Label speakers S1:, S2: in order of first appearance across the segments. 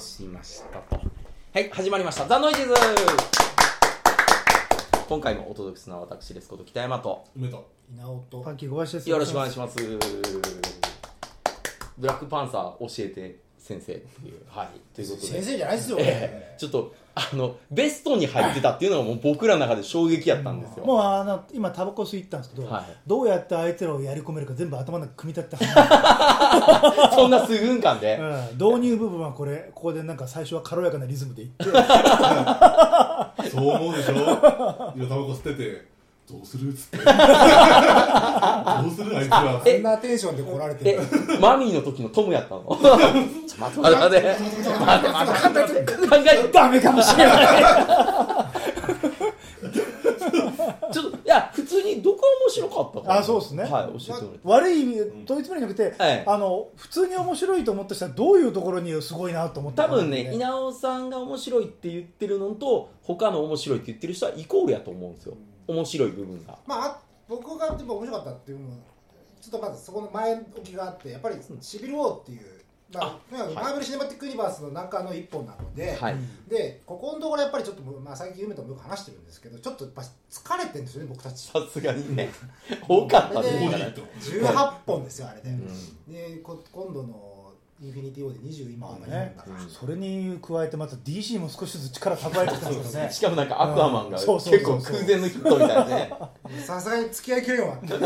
S1: しましたと。はい、始まりました。ザ・ノイジーズ今回もお届けするのは私ですこと北山と。
S2: 梅田
S3: 稲尾とパンキー小林です
S1: よろしくお願いします。ブラックパンサー教えて先生っていう。はい、ということで。
S3: 先生じゃないですよ、
S1: ええちょっと、あの、ベストに入ってたっていうのがもう僕らの中で衝撃やったんですよ。
S3: もうあの今タバコ吸い行ったんですけど、
S1: はい
S3: どうやって相手らをやり込めるか全部頭の中組み立て た、
S1: そんな数分間で。
S3: うん、導入部分はこれここでなんか最初は軽やかなリズムでいって
S2: そう思うでしょ今タバコ吸っててどうするっつってどうするあいつら
S1: え
S4: そんなテンションで来られて
S1: え
S4: る。、
S1: マミーの時のトムやったの ちょ待って待って待って待って考えてダメかもしれないちょっといや普通にどこが面白かったかな
S3: あそうですね
S1: はい教えてもらって
S3: 悪い意味で問い詰めるんじゃなくて、
S1: ええ
S3: あの普通に面白いと思った人はどういうところにすごいなと思った
S1: 多
S3: かな
S1: 分ね稲尾さんが面白いって言ってるのと他の面白いって言ってる人はイコールやと思うんですよ面白い部分が
S4: まあ、僕がやっぱ面白かったっていうのは、ちょっとまずそこの前置きがあって、やっぱりシビル王っていう、まあ、ねマーベル・シネマティック・ユニバースの中の一本なので、
S1: はい
S4: で、ここのところやっぱりちょっと、まあ、最近、夢ともよく話してるんですけど、ちょっとやっぱ疲れてるんですよね、僕たち。
S1: さすがにね多かった
S4: これ
S1: ね
S4: で
S2: ボ
S1: だ
S2: デ
S1: から
S2: ィと
S4: 18本ですよ、あれで。
S1: うん
S4: でこ今度のインフィニティ・オーで20今
S3: ま
S4: 本
S3: あ
S4: が
S3: ね
S4: 4だから。
S3: それに加えてまた DC も少しずつ力蓄えてきたんですよ ね
S1: しかもなんかアクアマンが
S3: うん
S1: 結
S3: そうそうそ
S1: 構
S3: うそう
S1: 空前のヒットみたいなね
S4: さすがに付き合いきれんわっていう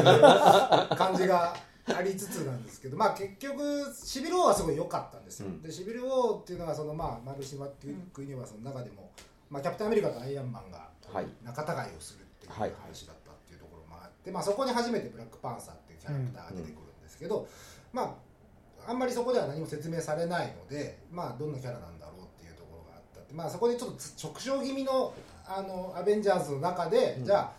S4: 感じがありつつなんですけど、まあ、結局シビル王はすごい良かったんですよ、
S1: うん
S4: でシビル王っていうのはその、まあ、マルシマティック・ユニバースの中でも、まあ、キャプテンアメリカとアイアンマンが
S1: はい
S4: 仲違いをするっていう
S1: はい
S4: 話だったっていうところもあって、まあ、そこに初めてブラックパンサーっていうキャラクターが出てくるんですけど、まああんまりそこでは何も説明されないので、まあ、どんなキャラなんだろうっていうところがあったって、まあ、そこでちょっとつ直衝気味のあのアベンジャーズの中で、
S1: うん
S4: じゃあ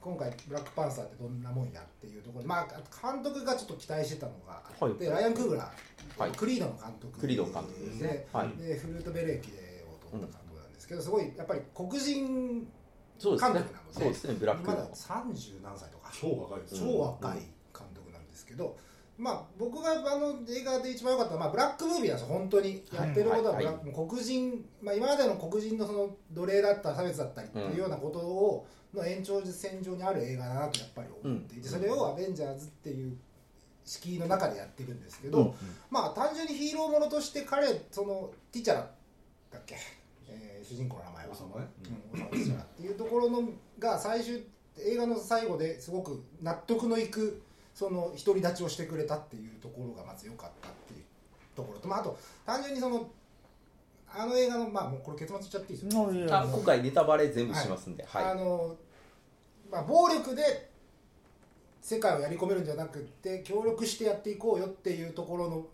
S4: 今回ブラックパンサーってどんなもんやっていうところで、まあ、監督がちょっと期待してたのがあって、ライアン・クーグラー、
S1: はい
S4: クリードの監督
S1: クリード監督ですね
S4: で
S1: はい
S4: でフルートベレーキでを取った監督なんですけど、すごいやっぱり黒人
S1: そうですね
S4: 韓国なの。で
S1: そうですね、ブラック
S4: まだ
S1: の。
S4: 30何歳とか
S2: 超若いです
S4: 超若い監督なんですけど、まあ、僕があの映画で一番良かったのは、まあ、ブラックムービーなんですよ本当にやってることは
S1: はい
S4: ブラックもう黒人、まあ、今までの黒人のその奴隷だったり差別だったりっていうようなことを、の延長線上にある映画だなとやっぱり思っていて、
S1: うん
S4: それを「アベンジャーズ」っていう敷居の中でやってるんですけど、
S1: うん
S4: まあ単純にヒーローものとして彼そのティチャラだっけ、えー主人公の名前は
S2: 王。様ね
S4: うんおさまっていうところのが最終映画の最後ですごく納得のいくその独り立ちをしてくれたっていうところがまず良かったっていうところと、まあ、あと単純にそのあの映画のまあもうこれ結末言っちゃっていいですよ、
S3: もういや
S1: あ今回ネタバレ全部しますんで、はい。
S4: あの、まあ、暴力で世界をやり込めるんじゃなくって協力してやっていこうよっていうところの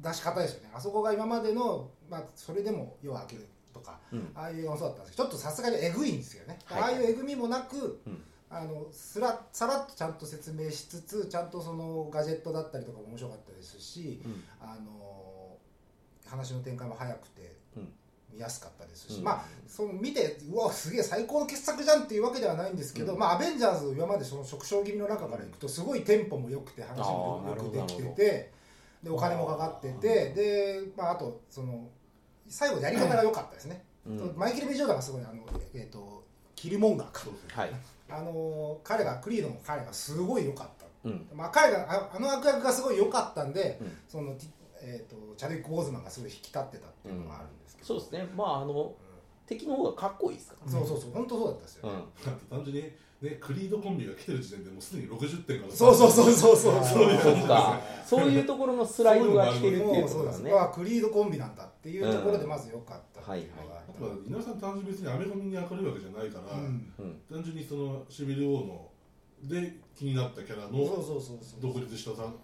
S4: 出し方ですよねあそこが今までの、まあ、それでも夜を明けるとか
S1: うん
S4: ああいう映画もそうだったんですけどちょっとさすがにえぐいんですよね、
S1: はい
S4: ああいうえぐみもなく、
S1: うん
S4: あのすらさらっとちゃんと説明しつつちゃんとそのガジェットだったりとかも面白かったですし、
S1: うん
S4: あの話の展開も早くて
S1: うん
S4: 見やすかったですし、
S1: うん
S4: まあその見てうわすげえ最高の傑作じゃんっていうわけではないんですけど、
S1: うん
S4: まあ、アベンジャーズ今までその食傷気味の中からいくとすごいテンポも良くて話も
S1: あーな
S4: よ
S1: るほ
S4: く
S1: ど
S4: できててでお金もかかっててで、まあ、あとその最後のやり方が良かったですね、
S1: うん
S4: そのマイケル・ベジョーダがすごいあの、えっとキルモンガーか
S2: そうですね
S1: はい。
S4: あの彼がクリードの彼がすごい良かった
S1: うん。
S4: まあ、彼がああの悪役がすごい良かったんで、
S1: うん
S4: そのティえー、とチャドウィック・ボーズマンがすごい引き立ってたっていうのがあるんですけど、
S1: そうですね。まああの敵の方がかっこいいですか
S4: うん、そうそうそう本当そうだったんですよ
S1: ら。う
S4: ね、
S1: ん。
S2: だって単純にねクリードコンビが来てる時点でもうすでに60点から
S4: そうそうそうそうそう
S2: そういう
S1: そ
S2: 感じ
S1: うか。そういうところのスライドが来てるってい
S4: も
S1: う
S4: う
S1: と
S4: そ
S1: こ
S4: う
S1: ろ
S4: で
S1: だ
S4: す
S1: ね
S4: ね。あクリードコンビなんだっていうところでまず良かったっていうのがあ
S2: あ
S4: った
S2: とは井上さん単純に別にアメコミに明るいわけじゃないから、
S4: うん
S1: うん。
S2: 単純にそのシビル王ので気になったキャラ
S4: そう
S2: の
S4: そうそうそう
S2: 独立した単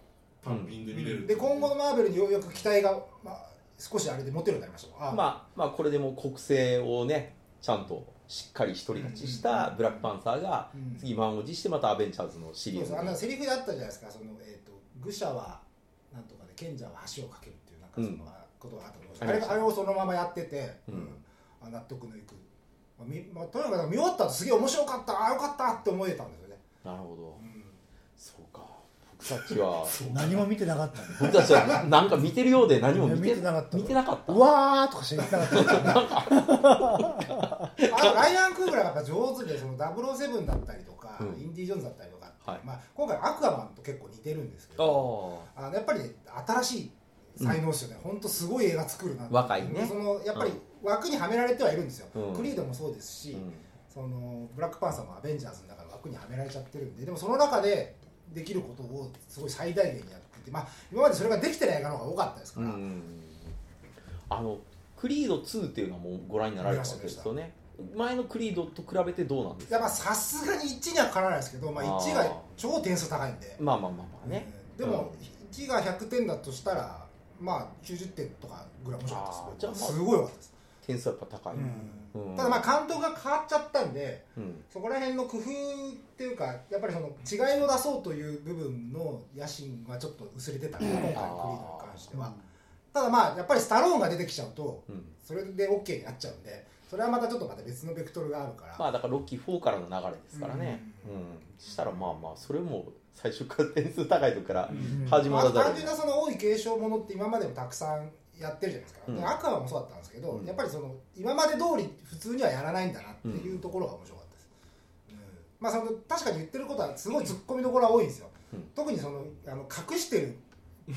S2: 単品で見れるってい
S4: で
S2: う
S4: 今後のマーベルにようやく期待が、まあ、少しあれで持てるようになりましたもんあ、
S1: まあまあこれでもう国政をねちゃんとしっかり独り立ちしたブラックパンサーが
S4: うん
S1: 次満を持してまたアベンジャーズのシ
S4: そ
S1: リ
S4: う
S1: ー
S4: で
S1: ズ
S4: す
S1: に
S4: あのセリフであったじゃないですかその、えー、と愚者はなんとかで賢者は橋を架けるっていうなんかその、
S1: うん
S4: ことがあったと思うんです
S1: ありま
S4: あ
S1: し
S4: れ
S1: た
S4: あれをそのままやってて、
S1: うん
S4: あ納得のいく、まあみまあ、とにかく見終わった後すげえ面白かったああよかったって思えたんですよね、
S1: なるほど
S4: う。ん
S1: そうか。僕僕たちは
S3: 何も見てなかった
S1: 僕たちはなんか見てるようで何も見て
S3: 見てなかった
S1: 見てなかった
S3: うわーとかしか言ってなかった
S4: あとライアン・クーブラがやっぱ上手でその007だったりとか、
S1: うん
S4: インディ・ジョーンズだったりとかって、
S1: はい
S4: まあ、今回アクアマンと結構似てるんですけ
S1: あ
S4: ど
S1: ー
S4: あのやっぱり、ね、新しい才能ですよね、ほん、本当すごい映画作るなって
S1: 若いね
S4: そのやっぱり枠にはめられてはいるんですよ、
S1: うん
S4: クリードもそうですし、
S1: うん
S4: そのブラックパンサーもアベンジャーズの中の枠にはめられちゃってるんででもその中でできることをすごい最大限にやってて、まあ、今までそれができてない映画の方が多かったですか
S1: う
S4: ら、
S1: んあのクリード2っていうのはもうご覧になられたわけですよね前のクリードと比べてどうなんです
S4: いやま
S1: か
S4: あさすがに1にはかなわないですけど、まあ、1
S1: あー
S4: が超点数高いんで、
S1: まあまあまあまあね、
S4: でも1が100点だとしたらまあ90点とかぐらい面白かったです
S1: あーじゃあまあ
S4: すごい良かったです、
S1: 点数はやっぱ高い、
S4: うん
S1: うん
S4: ただまあ監督が変わっちゃったんで
S1: うん
S4: そこら辺の工夫っていうかやっぱりその違いを出そうという部分の野心はちょっと薄れてたね今回のクリードに関しては、ただまあやっぱりスタローンが出てきちゃうと
S1: うん
S4: それで OK になっちゃうんでそれはまたちょっとまた別のベクトルがあるから、
S1: まあだからロッキー4からの流れですからね、う
S4: うんん
S1: したらまあまあそれも最初から点数高いとこから
S3: うん
S1: 始ま
S4: ま
S1: ら
S4: あ、
S1: ざるを
S4: 単純なその多い継承ものって今までもたくさんやってるじゃないですか、
S1: うん
S4: でアクアもそうだったんですけど、
S1: うん
S4: やっぱりその今まで通り普通にはやらないんだなっていうところが面白かったです、うんまあその確かに言ってることはすごいツッコミどころは多いんですよ、
S1: うん
S4: 特にそのあの隠してる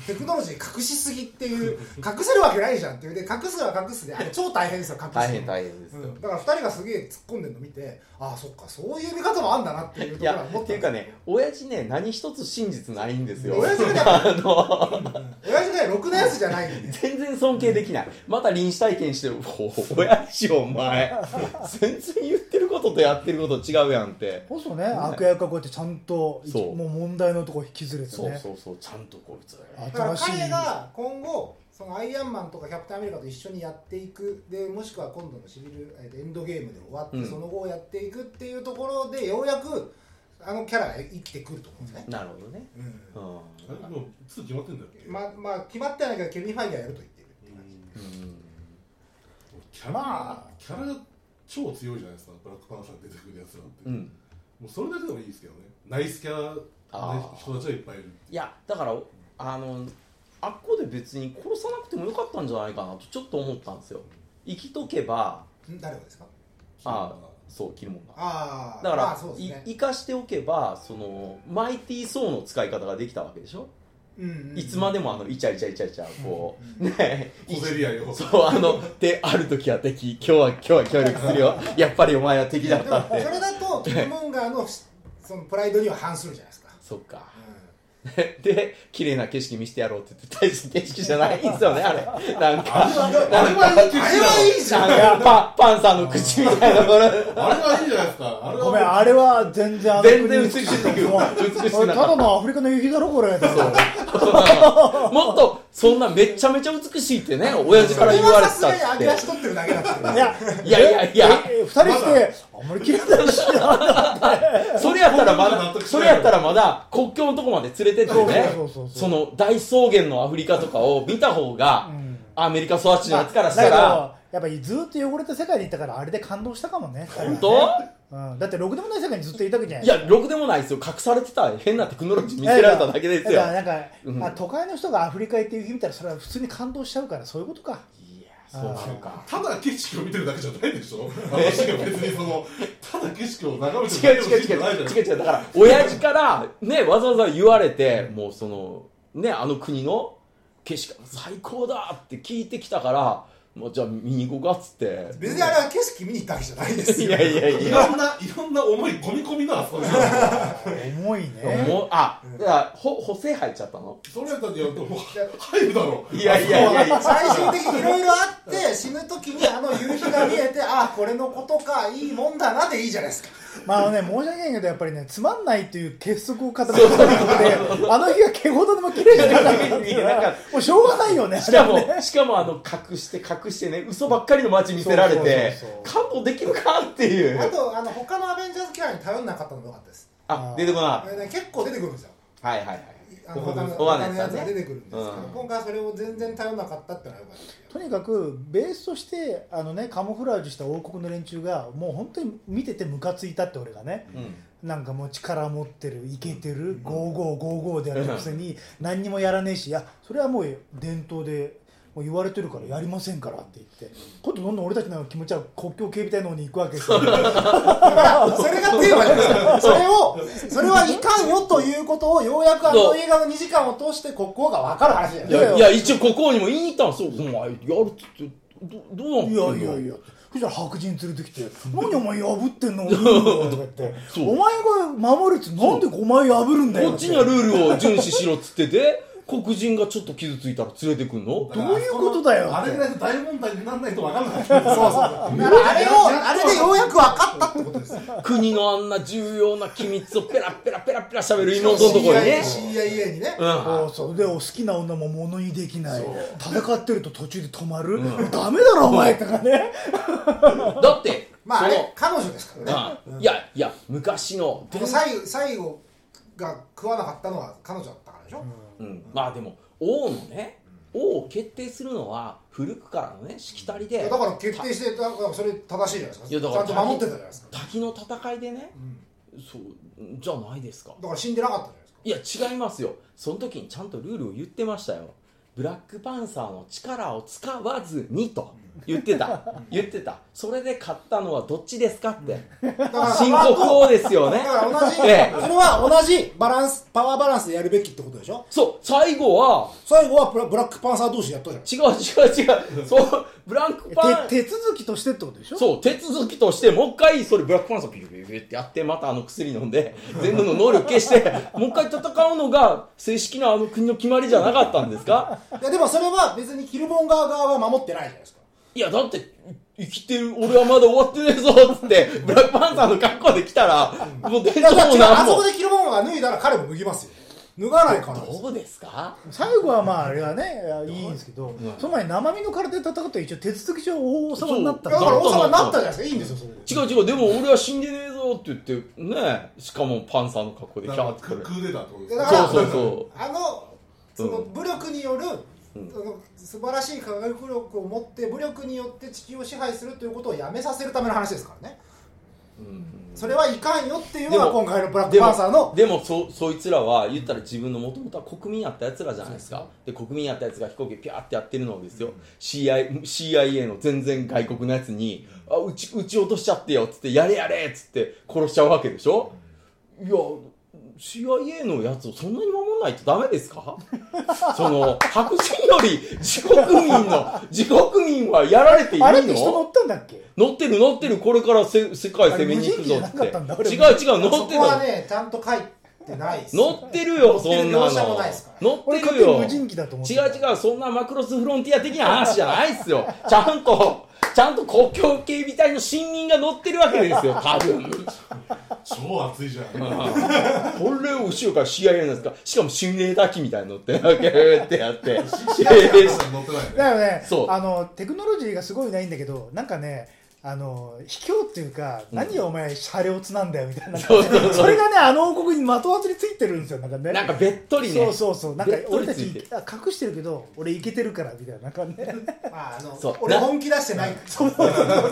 S4: テクノロジー隠しすぎっていう 隠せるわけないじゃんっていうで隠すは隠すであれ超大変ですよ隠すの
S1: 大変大変ですよ、
S4: うんだから2人がすげえ突っ込んでるの見てああそっかそういう見方もあんだなってい
S1: い
S4: うところ
S1: や
S4: は思ったんですけど
S1: っていうかね親父ね何一つ真実ないんですよ
S4: 親父がね
S1: あの
S4: 親父がねろくなやつじゃないんで
S1: 全然尊敬できないまた臨死体験してるお親父お前全然言ってることとやってること違うやんって
S3: こそね悪役がこうやってちゃんと
S1: そう
S3: もう問題のとこ引きずれて
S1: そう
S3: ね
S1: そうそうちゃんとこいつ
S3: あ
S4: だから
S3: 新しい
S4: 彼が今後そのアイアンマンとかキャプテンアメリカと一緒にやっていくでもしくは今度のシビルえーとエンドゲームで終わって、
S1: うん
S4: その後をやっていくっていうところでようやくあのキャラが生きてくると思うんですね、
S1: なるほどね
S4: うん
S1: うん
S2: あれもう2決まってんだっけ、
S4: ままあ決まってはないけどケビン・ファイヤーやると言ってるっていう
S2: う
S4: 感じ、
S2: ん
S1: うん
S2: キャラ、
S3: ま
S2: キャラが超強いじゃないですかブラックパンサーに出てくるやつなんて、
S1: う
S2: も
S1: ん
S2: うそれだけでもいいですけどねナイスキャラ
S1: あ
S2: な
S1: ー
S2: 人たちはいっぱいいる
S1: いやだからあのあっこで別に殺さなくてもよかったんじゃないかなとちょっと思ったんですよ生きとけば
S4: ん誰がですか
S1: あそう切るもんが
S4: ああ
S1: だから、
S4: まあそうですね
S1: い生かしておけばそのマイティー・ソーの使い方ができたわけでしょ、
S4: うんうんうん
S1: いつまでもあのイチャイチャイチャイチャこう、ね
S2: 小競り合いを
S1: そうあのである時は敵今日は今日は協力するよやっぱりお前は敵だっ
S4: で
S1: た
S4: も
S1: っ
S4: そ
S1: て
S4: れだとキルモンガーのそのプライドには反するじゃないですか、
S1: そっか
S4: うん
S1: で綺麗な景色見せてやろうって言って大した景色じゃないんですよねあれ なんか
S2: あれはいいじゃ
S4: あ
S2: な
S4: れ
S2: い
S4: は
S1: な
S4: いいじゃん
S1: んかパパンさんの口みたいなところ
S2: あれはいいじゃないですかあれは
S3: ごめんあれは全然あの
S1: 全然
S3: 国
S1: 映してるよ映して
S3: た
S1: な
S3: だ
S1: かっ
S3: のアフリカの夕日だろこれ
S1: たもっとそんなめちゃめちゃ美しいってね親父から言われてた
S4: それはさすがに
S1: っ
S4: 揚げ足
S1: て
S4: 取ってるだけだって
S3: いや
S1: いやいやいや
S3: ええ二人してあんまり綺麗だし
S1: それやったらま
S2: 納
S1: だ
S2: 得し
S1: そ
S2: ない
S1: れやったらまだ国境のとこまで連れてってね
S3: そうそうそうそう
S1: その大草原のアフリカとかを見た方が
S3: ん
S1: アメリカ育ちのやつからし
S3: だ
S1: た
S3: けど
S1: ら
S3: やっぱりずっと汚れた世界に行ったからあれで感動したかもね
S1: 本当
S3: うん、だってろくでもない世界にずっといたわけじゃない
S1: いやろくでもないですよ隠されてた変なテクノロジー見せられただけですよ
S3: だからなんか、
S1: うん
S3: まあ、都会の人がアフリカ行っていう日見たらそれは普通に感動しちゃうからそういうことか
S1: いやそうなのか
S2: ただ景色を見てるだけじゃないでしょ私が別にそのただ景色を眺めて
S1: 違う
S2: るだけ
S1: 違う違
S2: のシーンじゃないうじゃない
S1: 違う違うだから親父からねわざわざ言われてもうそのねあの国の景色が最高だって聞いてきたからもうじゃあ見に行こうかっつって
S4: 別にあれは景色見に行ったわけじゃないです
S1: い
S4: よ
S1: やいやい
S2: い
S1: や
S2: ろんないろんな思い込み込みなあそこでしょ
S3: 重いね
S1: もうあだからほ補正入っちゃったの
S2: それやったらやるともう入るだろ
S1: いやいやいやいや
S4: 最終的にいろいろあって死ぬ時にあの夕日が見えてああこれのことかいいもんだなでいいじゃないですか
S3: まああのね申し訳ないけどやっぱりねつまんないという結束を固めてたのであの日が毛ほどでも綺麗になかったっていうの
S1: いやなん
S3: は
S1: か
S3: もうしょうがないよね
S1: しかも
S3: あれはね
S1: しかもあの隠して隠してね嘘ばっかりの街見せられて
S3: そうそうそう
S1: 感動できるかっていう
S4: あとあの他のアベンジャーズキャラに頼んなかったのもよかったです
S1: あ出てこなかっ
S4: あれね結構出てくるんですよ
S1: たはいはいはい
S4: あの他
S2: 他
S4: の
S2: の
S4: 他
S1: 他
S4: の
S1: のや
S4: や
S1: つ
S4: つ
S1: は
S4: が
S1: ね
S4: 出てくるんですけど、
S1: うん
S4: 今回はそれを全然頼らなかったってのはよかったですよ
S3: とにかくベースとしてあの、ね、カモフラージュした王国の連中がもう本当に見ててムカついたって俺がねなんかもう力持ってるイケてる5555でやるくせに何にもやらねえしいやそれはもう伝統でもう言われてるからやりませんからって言って今度どんどん俺たちの気持ちは国境警備隊の方に行くわけです よ
S4: それがテーマじゃないですかそれをそれはいかんよということをようやくあの映画の2時間を通して国交が分かる話じゃない
S1: い
S4: ですか
S1: やいや一応ここにも言いに行ったんですよお前やるっつってどどうなっ
S3: い
S1: てん
S3: や
S1: の
S3: いやいやそしたら白人連れてきて「何お前破ってんの?」とか言って「
S1: そう
S3: お前が守るっつなんでお前破るんだよ」
S1: こっちにはルールを遵守しろっつってて黒人がちょっと傷ついたら連れてくんの
S3: どういうことだよ
S2: あれぐらいの大問題にならないと分かんないそうそう
S4: だからあれをあれでようやく分かったってことですよ
S1: 国のあんな重要な機密をペラペラペラペラ喋る妹のところにね
S4: CIA にね、
S1: うん
S3: そうそうでお好きな女も物にできない戦ってると途中で止まる、ダメだろお前とか ね
S1: だって
S4: まああ
S1: そ
S4: れ
S1: の
S4: 彼女ですからね
S1: あいやいや昔の
S4: でも最後最後が食わなかったのは彼女だったからでしょ、
S1: うん、まあでも王のね王を決定するのは古くからのねしきたり
S4: い
S1: で
S4: やだから決定してだからそれ正しいじゃない
S1: い
S4: で
S1: や
S4: す
S1: だ
S4: か
S1: から
S4: ちゃんと守ってたじゃないですか
S1: 滝の戦いでね、そうじゃないですか
S4: だから死んでなかったじゃないですか
S1: いや違いますよその時にちゃんとルールを言ってましたよブラックパンサーの力を使わずにと言ってた言ってたそれで勝ったのはどっちですかって
S4: だから
S1: 新国王ですよね
S4: だから同じ、
S1: ええ
S4: それは同じバランスパワーバランスでやるべきってことでしょ
S1: そう最後は
S4: 最後はブラブラックパンサー同士でやったじゃん
S1: 違う違う違うそうブラックパン
S3: 手手続きとしてってことでしょ
S1: そう手続きとしてもう一回それブラックパンサーピュピュピュってやってまたあの薬飲んで全部の能力消してもう一回戦うのが正式なあの国の決まりじゃなかったんですか
S4: いやでもそれは別にキルボンガー側は守ってないじゃないですか
S1: いやだって生きてる俺はまだ終わってねえぞっつってブラックパンサーの格好で来たらもう出
S4: いやだから
S1: も
S4: 違うあ
S1: なん
S4: そこ
S1: も
S4: でキルボンガー脱いだら彼も脱ぎますよ脱がないから
S1: どうですか
S3: 最後はまああれはねいやいいんですけど、その前に生身の体で戦って一応手続き上大様になった
S4: だ
S3: んだ
S4: か
S1: そう
S4: ら王様になったじゃないですかいいんですよそれで
S1: 違う違うでも俺は死んでねえぞって言ってねしかもパンサーの格好でキャーって
S2: ク
S1: 来る
S2: クーデターってことです
S4: だ
S2: か
S4: から
S1: そうそうそう
S4: あのその
S1: うん
S4: 武力による、その素晴らしい科学力を持って武力によって地球を支配するということをやめさせるための話ですからね
S1: うん
S4: それはいかんよっていうのが
S1: でも
S4: 今回のブラッ
S1: で
S4: ク
S1: も
S4: パンサーの
S1: でもそそいつらは言ったら自分のもともとは国民やったやつらじゃないですかで国民やったやつが飛行機ピャーってやってるのをですよ、CI CIA の全然外国のやつに「あ撃ち撃ち落としちゃってよ」っつって「やれやれ」っつって殺しちゃうわけでしょ、いや CIA のやつをそんなに守らないとダメですか その白人より自国民の自国民はやられていいの
S3: あれって人乗ったんだっけ
S1: 乗ってる乗ってるこれからせ世界攻めに行くぞっ
S3: あれ無人機じゃなかったんだ俺
S1: て違う違う乗
S4: そ
S1: って
S4: こ
S1: る
S4: はねちゃんと書いてないです
S1: 乗ってるよそんなの
S4: 乗ってる描写もないですから
S1: 乗って
S3: 俺
S1: る
S3: 勝手に
S1: よ
S3: 無人機だと思って
S1: 違う違うそんなマクロスフロンティア的な話じゃないっすよちゃんとちゃんと国境警備隊の新任が乗ってるわけ ですよ多分
S2: 超熱いじゃん
S1: これを後ろから CIA なんですかしかもシミュレーター機みたいに乗ってわけってや って
S2: 乗ってないよね
S3: だよね
S1: そう
S3: あのテクノロジーがすごいないんだけどなんかねあの卑怯っていうか、何お前車両つなんだよみたいな
S1: そうそうそう
S3: それがねあの王国にまとわずについてるんですよなんか ね
S1: なんかべっとりね
S3: そうそうそうなんか
S1: べっと
S3: 俺
S1: り
S3: た
S1: つ
S3: ち
S1: いてる
S3: あ隠してるけど俺イケてるからみたいななんかね
S4: まああの
S1: そう
S4: 俺
S1: な
S4: 本気出してないそう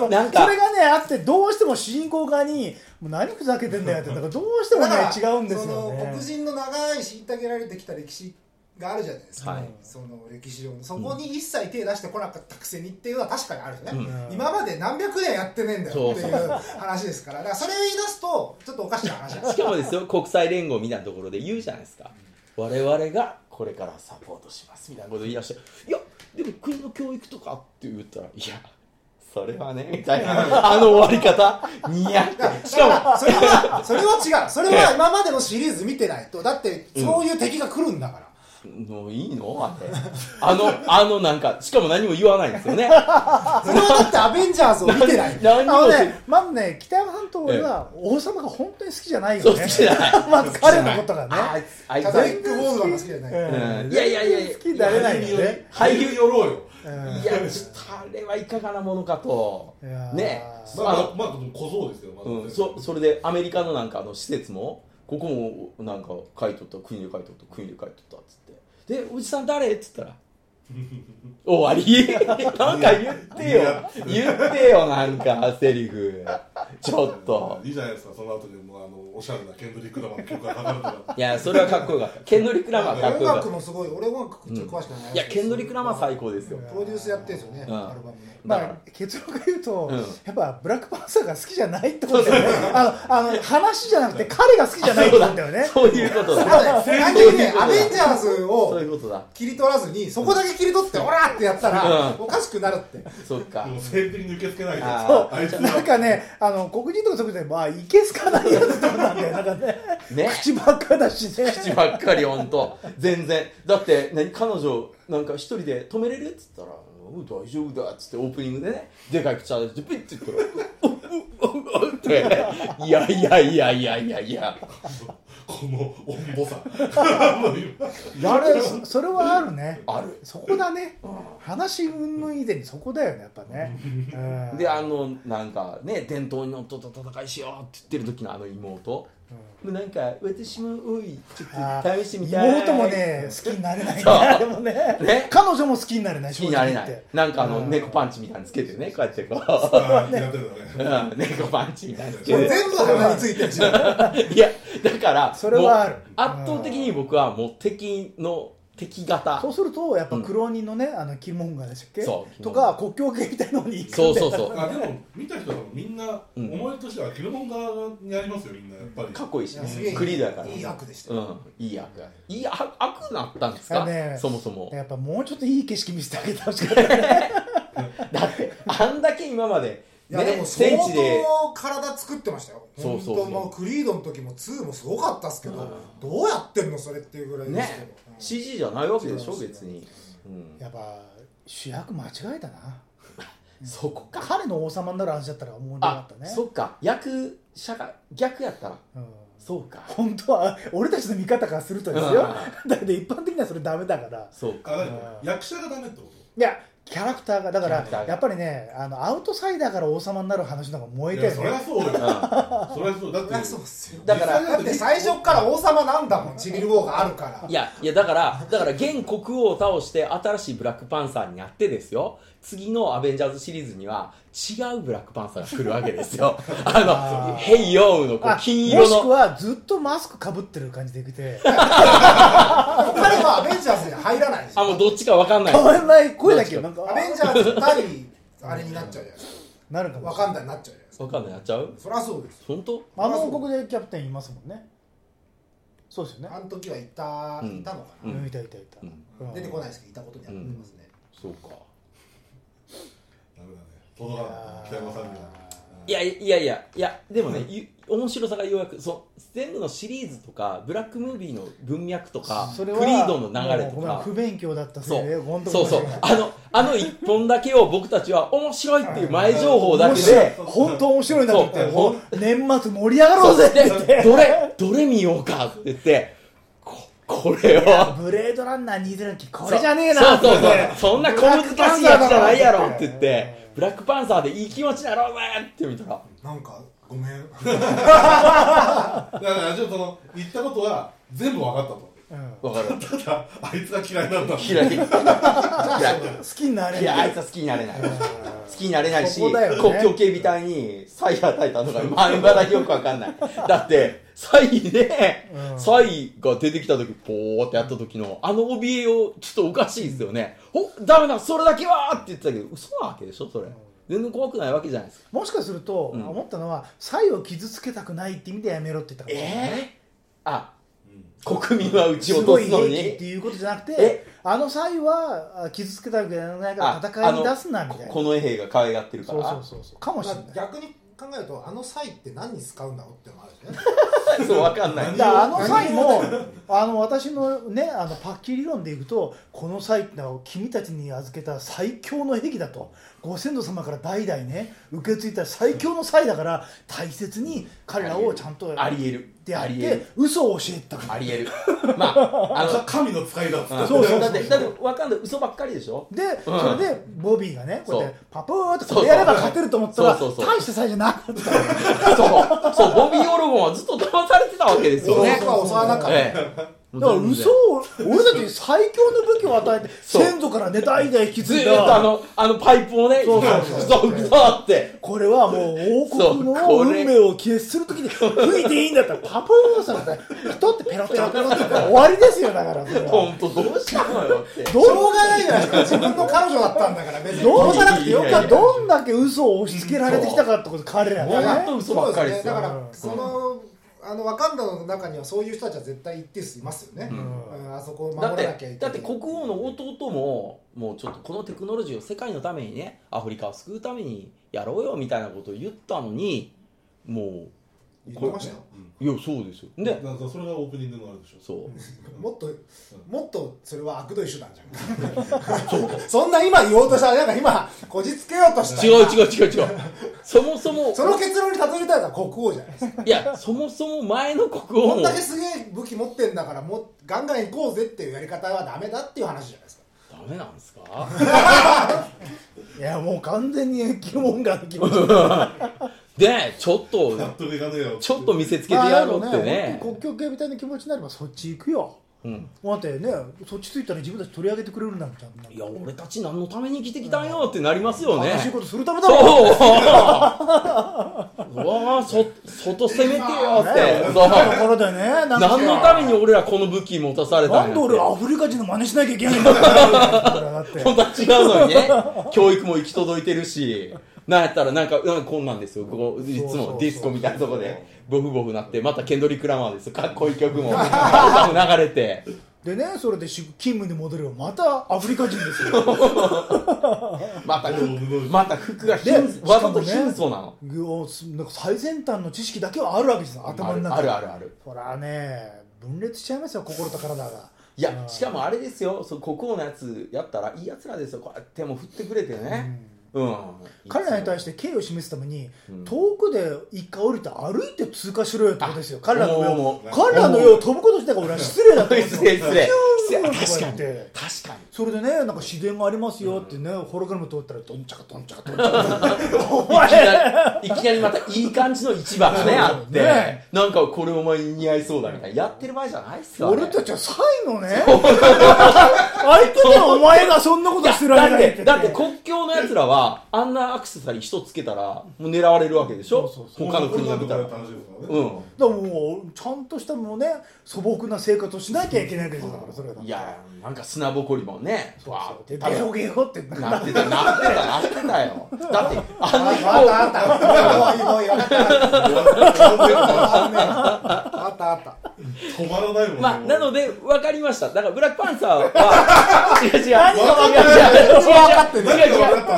S1: なん
S3: そ
S1: か
S3: れがねあってどうしても主人公側にもう何ふざけてん だよってなんかどうしてもね違うんですよ
S4: その黒
S3: ね
S4: 人の長い虐げられてきた歴史があるじゃないですか、
S1: はい
S4: その歴史上のそこに一切手出してこなかったくせにっていうのは確かにあるよね、
S3: うん
S4: 今まで何百年やってねえんだよっていう話ですからだからそれを言い出すとちょっとおかしな話なんです
S1: しかもですよ国際連合みたいなところで言うじゃないですか我々がこれからサポートしますみたいなこと言い出して「いやでも国の教育とか」って言ったら「いやそれはね」みたいなあの終わり方にやってし
S4: だか
S1: から
S4: それはそれは違うそれは今までのシリーズ見てないとだってそういう敵が来るんだから、
S1: も「もういいの?」あれあのあのなんかしかも何も言わないんですよね
S4: それはだってアベンジャーズを見てない
S1: 何
S3: あの
S1: もし
S3: ねまずね北山さんと俺は王様が本当に好きじゃない
S1: そ
S3: よ
S1: う
S3: ね
S1: 好きじゃない
S3: まず彼のことがね
S1: あいつあいつ
S4: ただビッグボールマンが好きじゃない、
S1: うんいやいやいやいや
S3: 好きになれないよね。
S2: 俳優寄ろうよ
S3: うん
S1: いやちょっとあれはいかがなものかと
S3: いやー
S1: ね
S2: まあまあまあでも小僧ですよまだ
S1: うん、そそれでアメリカのなんかあの施設もここもなんか書いとった国で書いとった国で書いとったっつってでおじさん誰っつったら終わり なんか言ってよ
S2: いや
S1: 言ってよなんかセリフちょっと
S2: いいじゃないですかその後にもうあのおしゃれなケンドリック・ラマーの曲が流れたら
S1: いやそれはかっこよかったケンドリック・ラマーかっこ
S4: 音
S1: よかっ
S4: 楽もすごい俺音楽ちょっと詳しくな
S1: た
S4: い
S1: いやケンドリック・ラマー最高ですよ
S4: プロデュースやってるんですよね、
S1: うん
S4: アルバムね
S3: ま
S1: だか
S3: あ、結論から言うと、
S1: うん
S3: やっぱブラックパンサーが好きじゃないってことだよねあのあの話じゃなくて彼が好きじゃないってことだよね
S1: そういうこと
S4: だ
S1: だ
S4: からね単純にねアベンジャーズ
S1: そう
S4: を
S1: いうことだ
S4: 切り取らずにそこだけ切り取ってオラーってやったら
S1: うん
S4: おかしくなるって
S1: そっか
S2: でも性的に受け付けないで
S1: あ
S2: あ
S1: ー
S2: いつら
S3: なんかねあの黒人とかそういうことでまあいけすかないやつとかな んだよなんかね
S1: ね
S3: 口ばっかだしね
S1: 口ばっかり本当全然だって何彼女なんか一人で止めれるっつったら「うん大丈夫だ」っつってオープニングでねでかい口当ててピッて言ったら「うううううう」って「いやいやいやいやいやいや
S2: このおんぼさ もう今
S3: あれそそれはあるね
S1: ある
S3: そこだね話云々以前にそこだよねやっぱね、うん、
S1: であのなんかね伝統にのっとった戦いしようって言ってる時のあの妹、もうなんか私もおいちょ
S3: あ
S1: っと
S3: ー
S1: 試してみたい
S3: 妹もね好きになれないね
S1: そう
S3: あれもね
S1: ね
S3: 彼女も好きになれない
S1: 気になれな
S3: 正直
S1: いなんかあの
S3: うん
S1: 猫パンチみたいなのつけてねこうやってこ
S2: あーやってるの
S1: う、
S2: ね
S1: うん、猫パンチみたいなのつけ
S4: もう
S1: て
S4: 全部鼻についてるし
S1: いやだから
S3: それはある
S1: もう圧倒的に僕はもう敵の敵
S3: 言って
S1: 型
S3: そうするとやっぱ苦労人のね、あのキルモンガでしたっけ
S1: そう
S3: とか国境系みたいなのに行くんだ
S1: そ
S3: よ
S1: うそうそう
S2: あでも見た人はみんな
S1: うん
S2: 思いとしてはキルモン側にありますよみんなやっぱり
S1: かっこいいし
S4: いやすげえ
S1: ねクリードやから
S4: いい悪でした
S1: うんいい悪いい悪悪なったんです
S3: あ
S1: か、
S3: のね
S1: そもそも
S3: やっぱもうちょっといい景色見せてあげてほしかったね
S1: だってあんだけ今まで
S4: いや
S1: ね
S4: でも相
S1: 戦地で
S4: 当体作ってましたよ
S1: そうそうそう
S4: 本当もうクリードの時も2もすごかったっすけどどうやってんのそれっていうぐらいですけど
S1: ね
S4: うん
S1: CG じゃないわけでしょ別に、うん
S3: やっぱ主役間違えたな
S1: そこか
S3: 彼の王様になる話だったら思い出な
S1: あ
S3: かったね
S1: そっか役者が逆やったら
S3: うん
S1: そうか
S3: 本当は俺たちの味方からするとですよだけど一般的にはそれダメだから
S1: そうか
S2: あだから役者がダメってこ
S3: いやキャラクターがだか
S1: キャラクタ
S3: ら
S1: ーが
S3: やっぱりねあのアウトサイダーから王様になる話の方が
S2: と
S3: 燃え
S2: い
S3: て
S2: や
S3: る
S2: そりゃ
S3: ね
S2: そうよ
S1: うん
S2: そりゃそうだっ
S4: いや
S2: て
S4: そうっすよ
S1: だから
S4: だって最初っから王様なんだもんちびる王があるから
S1: いやいやだからだから現国王を倒して新しいブラックパンサーになってですよ次の「アベンジャーズ」シリーズには違うブラックパンサーが来るわけです よあの「
S3: あー
S1: ヘイヨー」のこう
S3: あ
S1: 金色
S3: もしく
S1: の
S3: はずっとマスクかぶってる感じでいく て
S4: 彼はアベンジャーズに入らないでしょ
S1: あもうどっちか分かんない
S3: 変わらない声だけどなんか
S4: アベンジャーズ対あれになっちゃうじゃないです
S3: なるか
S4: か
S3: も
S4: わ
S3: しれ
S4: か
S3: ない
S4: んないになっちゃうじゃないですか
S1: 分かんないやっちゃう
S4: そりゃそうです
S1: 本当
S3: あの王国でキャプテンいますもんねそうですよね
S4: あの時はいた、
S1: うん
S4: いたのか
S1: う
S4: な、
S1: ん
S3: いたいたいた、
S1: うん
S3: うん
S4: 出てこないですけどいたことにはなってますね、
S1: そうか
S2: ダメだね届かない北山さんにはい
S1: やいやいやいやでもね、ゆ面白さがようやくそう全部のシリーズとかブラックムービーの文脈とかク
S3: そ
S1: リ
S3: れは
S1: ードの流れ
S3: もう
S1: と
S3: ごめん
S1: か
S3: 不勉強だった
S1: そ
S3: せいで
S1: う
S3: 本当
S1: そうそうあのあの一本だけを僕たちは面白いっていう前情報だ
S3: 面
S1: け
S3: 白い
S1: で
S3: 本当面白いなと思って
S1: そう
S3: もう年末盛り上がろうぜって言って
S1: でどれどれ見ようかって言ってここれを
S3: ブレードランナー2009これじゃねえな
S1: そうそう
S3: って
S1: そうそんな小難しいやつじゃないやろって言って
S3: うん
S1: ブラックパンサーでいい気持ちだろうぜって見たら
S4: なんかごめん
S2: だからちょっとその言ったことは全部分かったと
S3: うん
S1: わかる
S2: ただあいつが嫌いなんだ
S1: 嫌い嫌い
S3: 好きになれ
S1: いやあ
S3: ない
S1: いつは好きになれない好きになれないし、
S3: ここだよね
S1: 国境警備隊にサイ与えたのが今未だによくわかんないだってサイで、
S3: うん
S1: サイが出てきた時ポーってやった時のあの怯えをちょっとおかしいですよね、おダメだそれだけはって言ってたけど嘘なわけでしょそれ、全然怖くないわけじゃないですか
S3: もしかすると
S1: うん
S3: 思ったのはサイを傷つけたくないって意味でやめろって言ったかもしれない
S1: えあ
S2: うん
S1: 国民は撃ち
S3: す
S1: 落
S3: ご
S1: と
S3: い
S1: すの
S3: 兵器って
S1: に
S3: いうことじゃなくて
S1: え
S3: あの際はあ傷つけたわけじゃないから
S1: あ
S3: 戦いに出すなみたい
S1: あ
S3: な
S1: のここの衛兵が可愛がってるか
S3: そう
S1: ら
S3: そうそうそうかもし
S4: ま
S3: れ
S4: あ
S3: ないだか
S4: 逆に考えるとあの際って何に使うんだろうっていうのもあるしね
S1: そうそうわかんない
S2: 何
S3: らあの際もあの私のねあのパッキー理論でいくとこの際ってのは君たちに預けた最強の兵器だとご先祖様から代々ね受け継いだ最強の際だから大切に彼らをちゃんと
S1: ありえる
S3: であ
S1: あ
S3: っ
S1: りえる
S3: て嘘を教えたから
S1: ありえるまああの
S2: か神の使いだっつって
S3: そうそう
S1: だってだってわかんない嘘ばっかりでしょ
S3: で、それでボビーがねこうやってパプーって
S1: そう
S3: これやれば勝てると思ったら
S1: そうそうそう
S3: 大した際じゃな
S1: そうそうボビー・オロゴンはずっと騙されてたわけですよね
S4: 僕は襲わなかった
S1: ええ
S3: だから嘘を俺たちに最強の武器を与えて
S1: そう
S3: 先祖からね代々引き
S1: ず
S3: 継い
S1: ーっとあ
S3: だ
S1: のあのパイプをね
S3: そうそう
S1: そうそうそうって
S3: これはもう王国
S1: そう
S3: の
S1: これ
S3: 運命を決するときに吹いていいんだったらパパヨーさんだ人ってペロペロペロって言ったら終わりですよだからそれは
S1: 本当どうしたのよって
S3: ど
S4: しょ
S3: ん
S4: うがないじゃないですか自分の彼女だったんだから別に
S3: どん
S4: 殺さ
S3: だ
S4: なく
S3: け
S4: てよ
S3: よ
S4: かっ
S3: かどんだけ嘘を押し付けられてきたかってこと彼ら
S1: そうどん
S4: た
S3: が
S1: な
S3: ね
S1: と嘘ばっかりですよ
S4: そうねだからそのあのワカンダの中にはそういう人たちは絶対一定数いますよね、
S1: う
S4: うんあそこを守
S1: だ
S4: ら
S1: っ
S4: なきゃいけな
S1: て
S4: い
S1: だって国王の弟ももうちょっとこのテクノロジーを世界のためにねアフリカを救うためにやろうよみたいなことを言ったのにも
S4: 言ってましたよ
S1: ういやそうですよ
S2: で
S1: で
S2: なんかそれがオープニングのあれでしょ
S1: そう
S4: もっともっとそれは悪どい手段じゃん そんな今言おうとしたらなんか今こじつけようとした
S1: 違う
S4: よ
S1: 違う違う違うそもそも
S4: その結論にたどりたいのは国王じゃないですか
S1: いやそもそも前の国王
S4: こん
S1: も
S4: だけすげえ武器持ってんだからもうガンガン行こうぜっていうやり方はダメだっていう話じゃないですか
S1: ダメなんですか
S3: いやもう完全に疑問ができまし
S1: でちょっと
S2: やっとメガネよ
S1: ちょっと見せつけて
S3: た
S1: やろうって
S3: ね
S1: ね
S3: 本当に国境警備隊の気持ちになればそっち行くよ
S1: うん
S3: 待ってねそっち着いたら自分たち取り上げてくれるなんちゃんと
S1: いや俺たち何のために生きてきたんよってなりますよね
S3: 悲しいことするためだ
S1: そう
S3: ろ
S1: うわあそ外攻めてよって
S3: ね
S1: そう
S3: ところでねなんか
S1: 何のために俺らこの武器持たされた
S3: なん
S1: や
S3: ん
S1: って
S3: で俺アフリカ人の真似しなきゃいけないんだよこれだっ て
S1: 本当は違うのにね教育も行き届いてるしなんやったらなんかなんかこんなんですよこうい
S3: そう
S1: つ
S3: そうそ
S1: も
S3: う
S1: ディスコみたいなとこでボフボフなってまたケンドリック・ラマーですよかっこいい曲 も歌も流れて
S3: でねそれでし勤務に戻ればまたアフリカ人です よ
S1: また
S2: おー
S1: 服また服が貧
S3: でしかもね
S1: わざと貧相なの
S3: ぐおすなんか最先端の知識だけはあるわけですよ頭の中
S1: あるあるあるある
S3: ほらね分裂しちゃいますよ心と体が
S1: いうや
S3: ん
S1: しかもあれですよそう国王のやつやったらいいやつらですよこうやってもう振ってくれてねうん
S3: 彼らに対してて敬意を示すために、
S1: うん
S3: 遠くで一回降りて歩いて通過しろよってことですよ彼らの上
S1: も
S3: を
S1: う
S3: 彼らの上を飛ぶこと自体が俺は失礼だと思うんですよ
S1: 失礼失礼
S3: ピューンと
S1: 確
S3: こ
S1: か
S3: うやっ
S1: に
S3: て
S1: 確かに
S3: それでねなんか自然がありますよってね、ホログラム通ったらどんちゃか どんちゃかどんちゃかお
S1: いき
S3: 前
S1: なりいきなりまたいい感じの市場がねあって、
S3: ね
S1: なんかこれお前に似合いそうだみたいなやってる場合じゃないっすよ
S3: 俺
S1: と
S3: たちはサイのね 相手でお前がそんなことしてられ
S1: だっ
S3: ない
S1: てだって国境のやつらはあんなアクセサリー一つけたらもう狙われるわけでしょ
S3: そうそ
S1: 他の国が見たら
S2: こんなことやった話ですから
S1: う
S2: ね
S1: ん
S3: だからもうちゃんとしたもうね素朴な生活をしなきゃいけないわけですよだからそれはい
S1: やなんか砂ぼこりもねわーって
S3: でゲホゲホってな
S1: なってたなってたなってた よだってあんな飛
S4: あ
S1: 行
S4: あったあったおいおいおいあったあったあった
S2: 止まらないもんね
S1: まあ、
S2: もう
S1: なので、分かりました。だから、ブラックパンサー は、違う違う。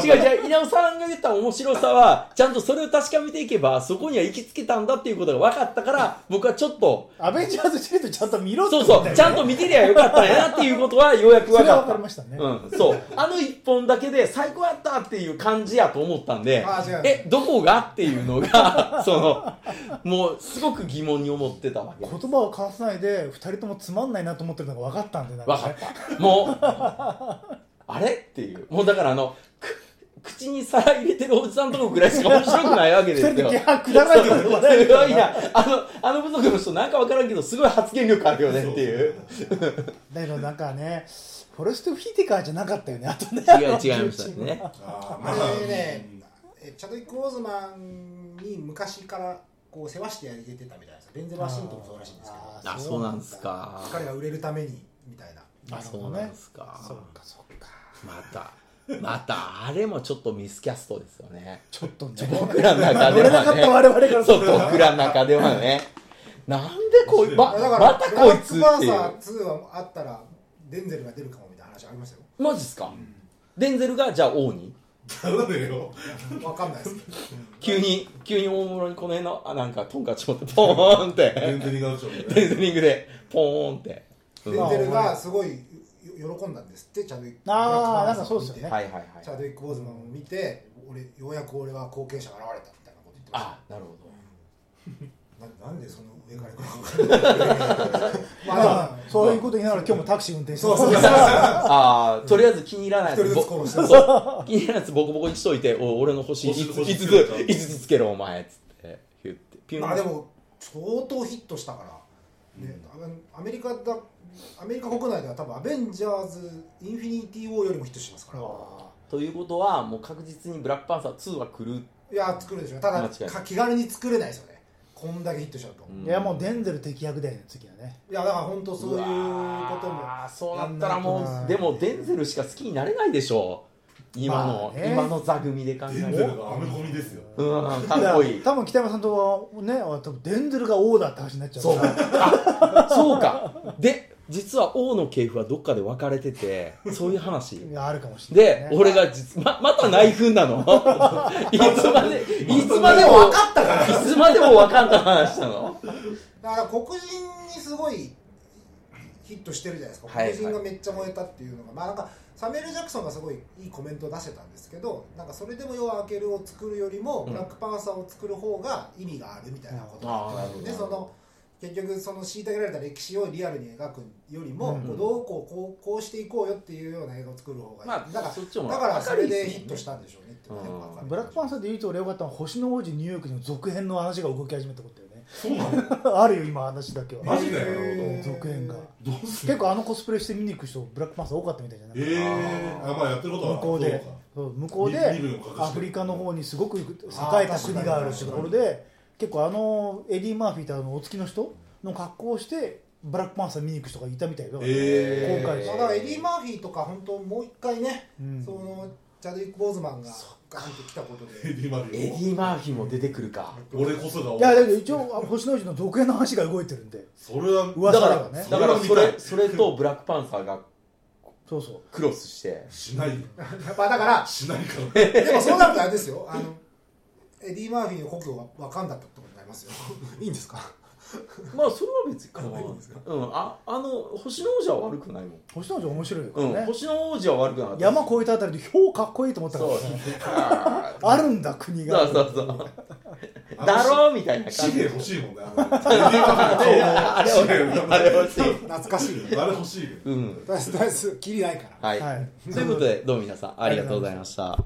S1: 違う違う違う違う違う違う違う違う違う違う稲尾さんが言った面白さは、ちゃんとそれを確かめていけば、そこには行きつけたんだっていうことが分かったから、僕はちょっと、
S3: アベンジャーズシリーズちゃんと見ろって
S1: そう
S3: ことだ
S1: そ
S3: よね
S1: う、ちゃんと見てりゃよかったんやなっていうことは、ようやく分
S3: それは
S1: かった。
S3: 分かりましたね、
S1: うん、そうあの一本だけで最高やったっていう感じやと思ったんで
S4: あー違う
S1: えどこがっていうのがそのもうすごく疑問に思ってたわけ
S3: 言葉を交わさないで2人ともつまんないなと思ってるのが分かったんでなん
S1: わ
S3: か
S1: かっ
S3: ね
S1: たもうあれっていうもうだからあのく口に皿入れてるおじさんとこぐらいしか面白くないわけです
S3: 2
S1: よ
S3: 人でギャーくだらないこと言わない
S1: す
S3: で
S1: ごいなあのあの部族の人なんかわからんけどすごい発言力あるよねっていう
S3: だけどなんかねフォレスト・フィティカーじゃなかったよねあとね
S1: 違う違いましたね
S2: あーま
S4: あ
S2: あ
S4: れねえチャドウィック・オーズマンに昔からこう世話してやれてたみたいなんですよベンゼル・ワシントンもそうらしいんですけ
S3: あ
S1: あそうなんですか
S4: ど彼が売れるためにみたいな
S1: あそうなんですか
S3: そうかそうか
S1: またまたあれもちょっとミスキャストですよね
S3: ちょっとね
S1: 僕らの中
S3: 乗
S1: で
S3: れなか
S1: は
S3: った我
S1: ね
S3: 々からす
S1: そう
S3: ると
S1: 僕らの中ではねなんでこいま
S4: あだから
S1: またこいつ
S4: ブラッ
S1: って
S4: ク
S1: いう
S4: パンサー2はあったらデンゼルが出るかもみたいな話ありますよ
S1: マジっすか、デンゼルがじゃあ王に
S2: ならねえよ
S4: わかんないですけ
S1: 急
S4: ど
S1: に急に大室にこの辺のあなんかトンカチ持ってポーンって
S2: 全然違うでしょう
S1: デンゼ
S2: ね
S1: リングでポーンって、う
S4: デ
S1: ん
S4: ンゼルがすごい喜んだんですってチャドウィック・
S3: あー
S4: ブラックパンサ
S3: なんか
S4: ー
S3: そ
S4: を
S3: うで
S4: 見
S3: す
S4: て
S3: よね
S1: はいはいは
S4: チャ
S1: い
S4: ドウィック・オーズマンを見て俺ようやく俺は後継者が現れたみたいなこと言ってました
S1: あなるほど
S4: ななんでその上から来るのかまあでも
S3: まあ、そういうこと言いながら今日もタクシー運転して
S4: そうそうそう
S1: ああとりあえず気に入らないや
S4: 一
S1: つ
S4: 人
S1: ぼ
S4: ずつ殺して
S1: そう気に入らないやつボコボコにしといてお俺の星5
S2: 星
S1: つ
S2: 星
S1: 5
S2: つけるから
S1: つ五つつけろお前っつって言ってピュン
S4: まあでも相当ヒットしたから、ねアメリカだアメリカ国内では多分「アベンジャーズ・インフィニティ・ウォー」よりもヒットしてますから
S1: ということはもう確実にブラックパンサー2は来る
S4: いや作るでしょうただ
S1: 間違いない
S4: か気軽に作れないですよねこんだけヒットしちゃうと、
S1: うん
S3: いやもうデンゼル敵役だよね次はね
S4: いやだから本当そういうことも
S1: ああそうなったらもうでもデンゼルしか好きになれないでしょ今の、
S3: まあね
S1: 今の座組で考え
S2: デンゼ
S1: る
S2: ルがアメコミですよ
S1: とうんかっこいい
S3: 多分北山さんとはね多分デンゼルが王だって話になっちゃう
S1: そう
S3: から
S1: あそうかで実は王の系譜はどっかで分かれててそういう話
S3: いやあるかもしれない、
S1: で、俺が実ま、また内紛 なのいつまで、いつまでも
S4: 分
S1: 分
S4: かったから
S1: かん、いつまでも分かんない話なの
S4: だから黒人にすごいヒットしてるじゃないですか
S1: はい
S4: 黒
S1: はい
S4: 人がめっちゃ燃えたっていうのが、まあなんかサミュエル・ジャクソンがすごいいいコメントを出してたんですけどなんかそれでも「夜明ける」を作るよりも
S1: う
S4: 「
S1: ん
S4: ブラックパンサー」を作る方が意味があるみたいなこと
S1: あー
S4: なんですよね
S1: なる
S4: そ
S1: ほど
S4: の結局その虐げられた歴史をリアルに描くよりも、
S3: うん
S4: こうどうこうこうこうしていこうよっていうような映画を作る方がいい、
S1: ま
S4: だ
S1: あ、
S4: か
S1: そっちも。
S4: らだからそれでヒットしたたんでしょうねっていうのがよくわかる
S3: ブラックパンサーで言うと俺よかったのは星の王子ニューヨークの続編の話が動き始めたことだよね
S2: そうなの
S3: あるよ今話だけは
S2: マジで
S4: へー
S3: 続編が
S2: どうする
S3: 結構あのコスプレして見に行く人ブラックパンサー多かったみたいじゃない
S2: ええあまあやってることは
S3: 向こうでそう向こうで
S2: 身分を隠して
S3: アフリカの方にすごく栄
S4: あー
S3: えた国があるってところで結構あのエディ・マーフィーってあのお付きの人の格好をしてブラックパンサー見に行く人がいたみたいだから
S2: え
S3: 今回
S4: そうだからエディ・マーフィーとか本当もう一回ね、
S3: うん
S4: そのチャドウィック・ボーズマンがガンって来たこと
S2: エデ
S4: で
S2: ィ・マ
S1: エデ
S2: リ
S1: ィ・マーフィーも出てくるか。
S2: オ 俺こそが
S3: いやだけど一応あ星の王子の続編の話が動いてるんで
S2: それは
S1: だ
S3: 噂
S1: か
S3: で
S1: ら
S3: は、ね
S1: だからそれ、そ
S2: そ
S1: れとブラックパンサーが
S3: そうそう
S1: クロスして。
S2: しないよ
S4: まあだから
S2: しないからね
S4: でもそうなるとあれですよあのエディ・マーフィーの故郷はわかんだったってことになりますよいいんですか
S1: まあ、それは別に構わ
S4: あいい
S1: なんい
S4: ですか。
S1: うん、あ、あの、星の王子は悪くないもん。
S3: 星の王子面白いか
S1: う
S3: ら
S1: ん、
S3: ね、
S1: 星の王子は悪くなかった。
S3: 山越えたあたりで「ひょうかっこいい」と思ったか
S1: そ
S3: ら
S1: う
S3: ね、あるんだ国
S1: そ
S3: が
S1: うそうそう。
S2: あの
S1: だろうみたいな
S2: 紙
S1: 感
S2: 幣
S1: じ。
S2: 欲しいもんねあのエディ・マーフィーの 顔
S1: あれ欲あれ欲しい。
S4: 懐かしいね
S2: あれ欲しいよ
S1: うん。
S4: とりあえずとりあえずキリないから
S1: はい。
S3: はい
S1: ということで、どうも皆さん、ありがとうございました。